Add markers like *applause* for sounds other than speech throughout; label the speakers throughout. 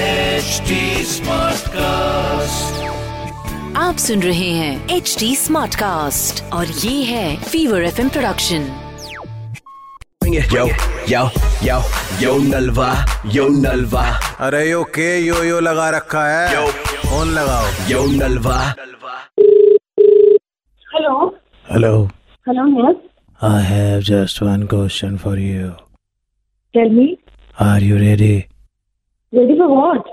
Speaker 1: HD Smartcast.
Speaker 2: आप सुन रहे हैं एच डी स्मार्ट कास्ट और ये है fever F production
Speaker 3: Yo, yo, yo, yo Nalva, yo Nalva,
Speaker 4: अरे यो के यो यो लगा रखा है फोन लगाओ
Speaker 3: yo Nalva.
Speaker 5: Hello
Speaker 4: hello
Speaker 5: hello yes
Speaker 4: I have just one question for you
Speaker 5: tell me
Speaker 4: are you ready
Speaker 5: ready for what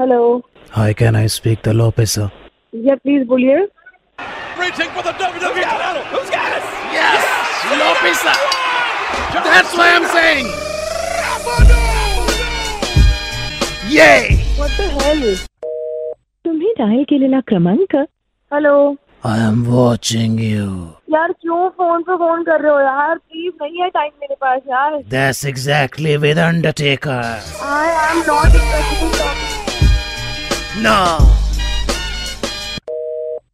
Speaker 5: hello
Speaker 4: hi can I speak the Lopez
Speaker 5: yeah please बोलिए
Speaker 1: Reaching for the WWE title. Who's got it? Yes, Lopisa. That's why I'm saying. Yay!
Speaker 5: What the hell
Speaker 6: तुम्ही dial केलेला क्रमांक
Speaker 5: hello
Speaker 4: I am watching you
Speaker 5: यार क्यों phone पे phone कर रहे हो यार प्लीज नहीं है टाइम मेरे पास यार
Speaker 4: that's exactly with Undertaker
Speaker 5: I am not interested
Speaker 4: no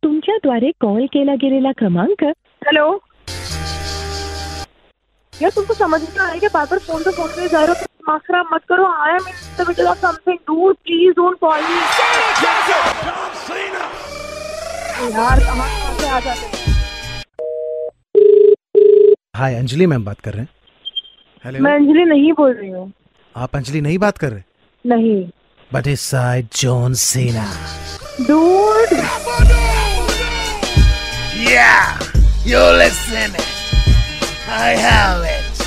Speaker 6: तुमच्याद्वारे कॉल केला गेलेला क्रमांक
Speaker 5: हेलो यार तुमको समझ में तो आ रहा है कि बार बार फोन पे फोन पे जा रहे हो दिमाग खराब मत करो I am interested of something do please don't call me यार कहाँ कहाँ से आ जाते हैं
Speaker 4: हाय अंजलि मैम बात कर रहे हैं
Speaker 5: मैं
Speaker 4: हेलो
Speaker 5: अंजलि नहीं बोल रही हूँ
Speaker 4: आप अंजलि नहीं बात कर रहे
Speaker 5: नहीं
Speaker 4: बट इस side John Cena
Speaker 5: dude
Speaker 1: Yeah, you listen it. I have it.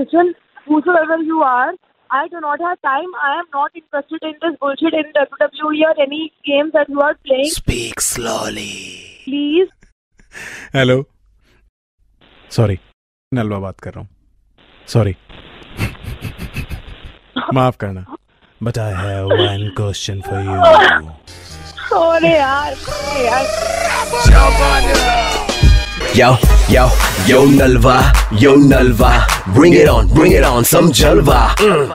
Speaker 5: Listen, whosoever you are, I do not have time. I am not interested in this bullshit in E WWE or any game that you are playing.
Speaker 4: Speak slowly
Speaker 5: Please.
Speaker 4: Hello sorry Nalva बात कर रहा हूँ sorry *laughs* माफ करना but I have one question for you
Speaker 5: Sorry, yaar. Sorry, yaar.
Speaker 3: Yo, yo, yo Nalva, yo Nalva. Bring it on, bring it on, some Jalva. Mm.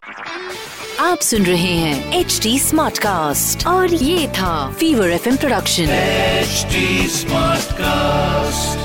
Speaker 2: आप सुन रहे हैं एच डी स्मार्ट कास्ट और ये था fever F production
Speaker 1: HD Smartcast.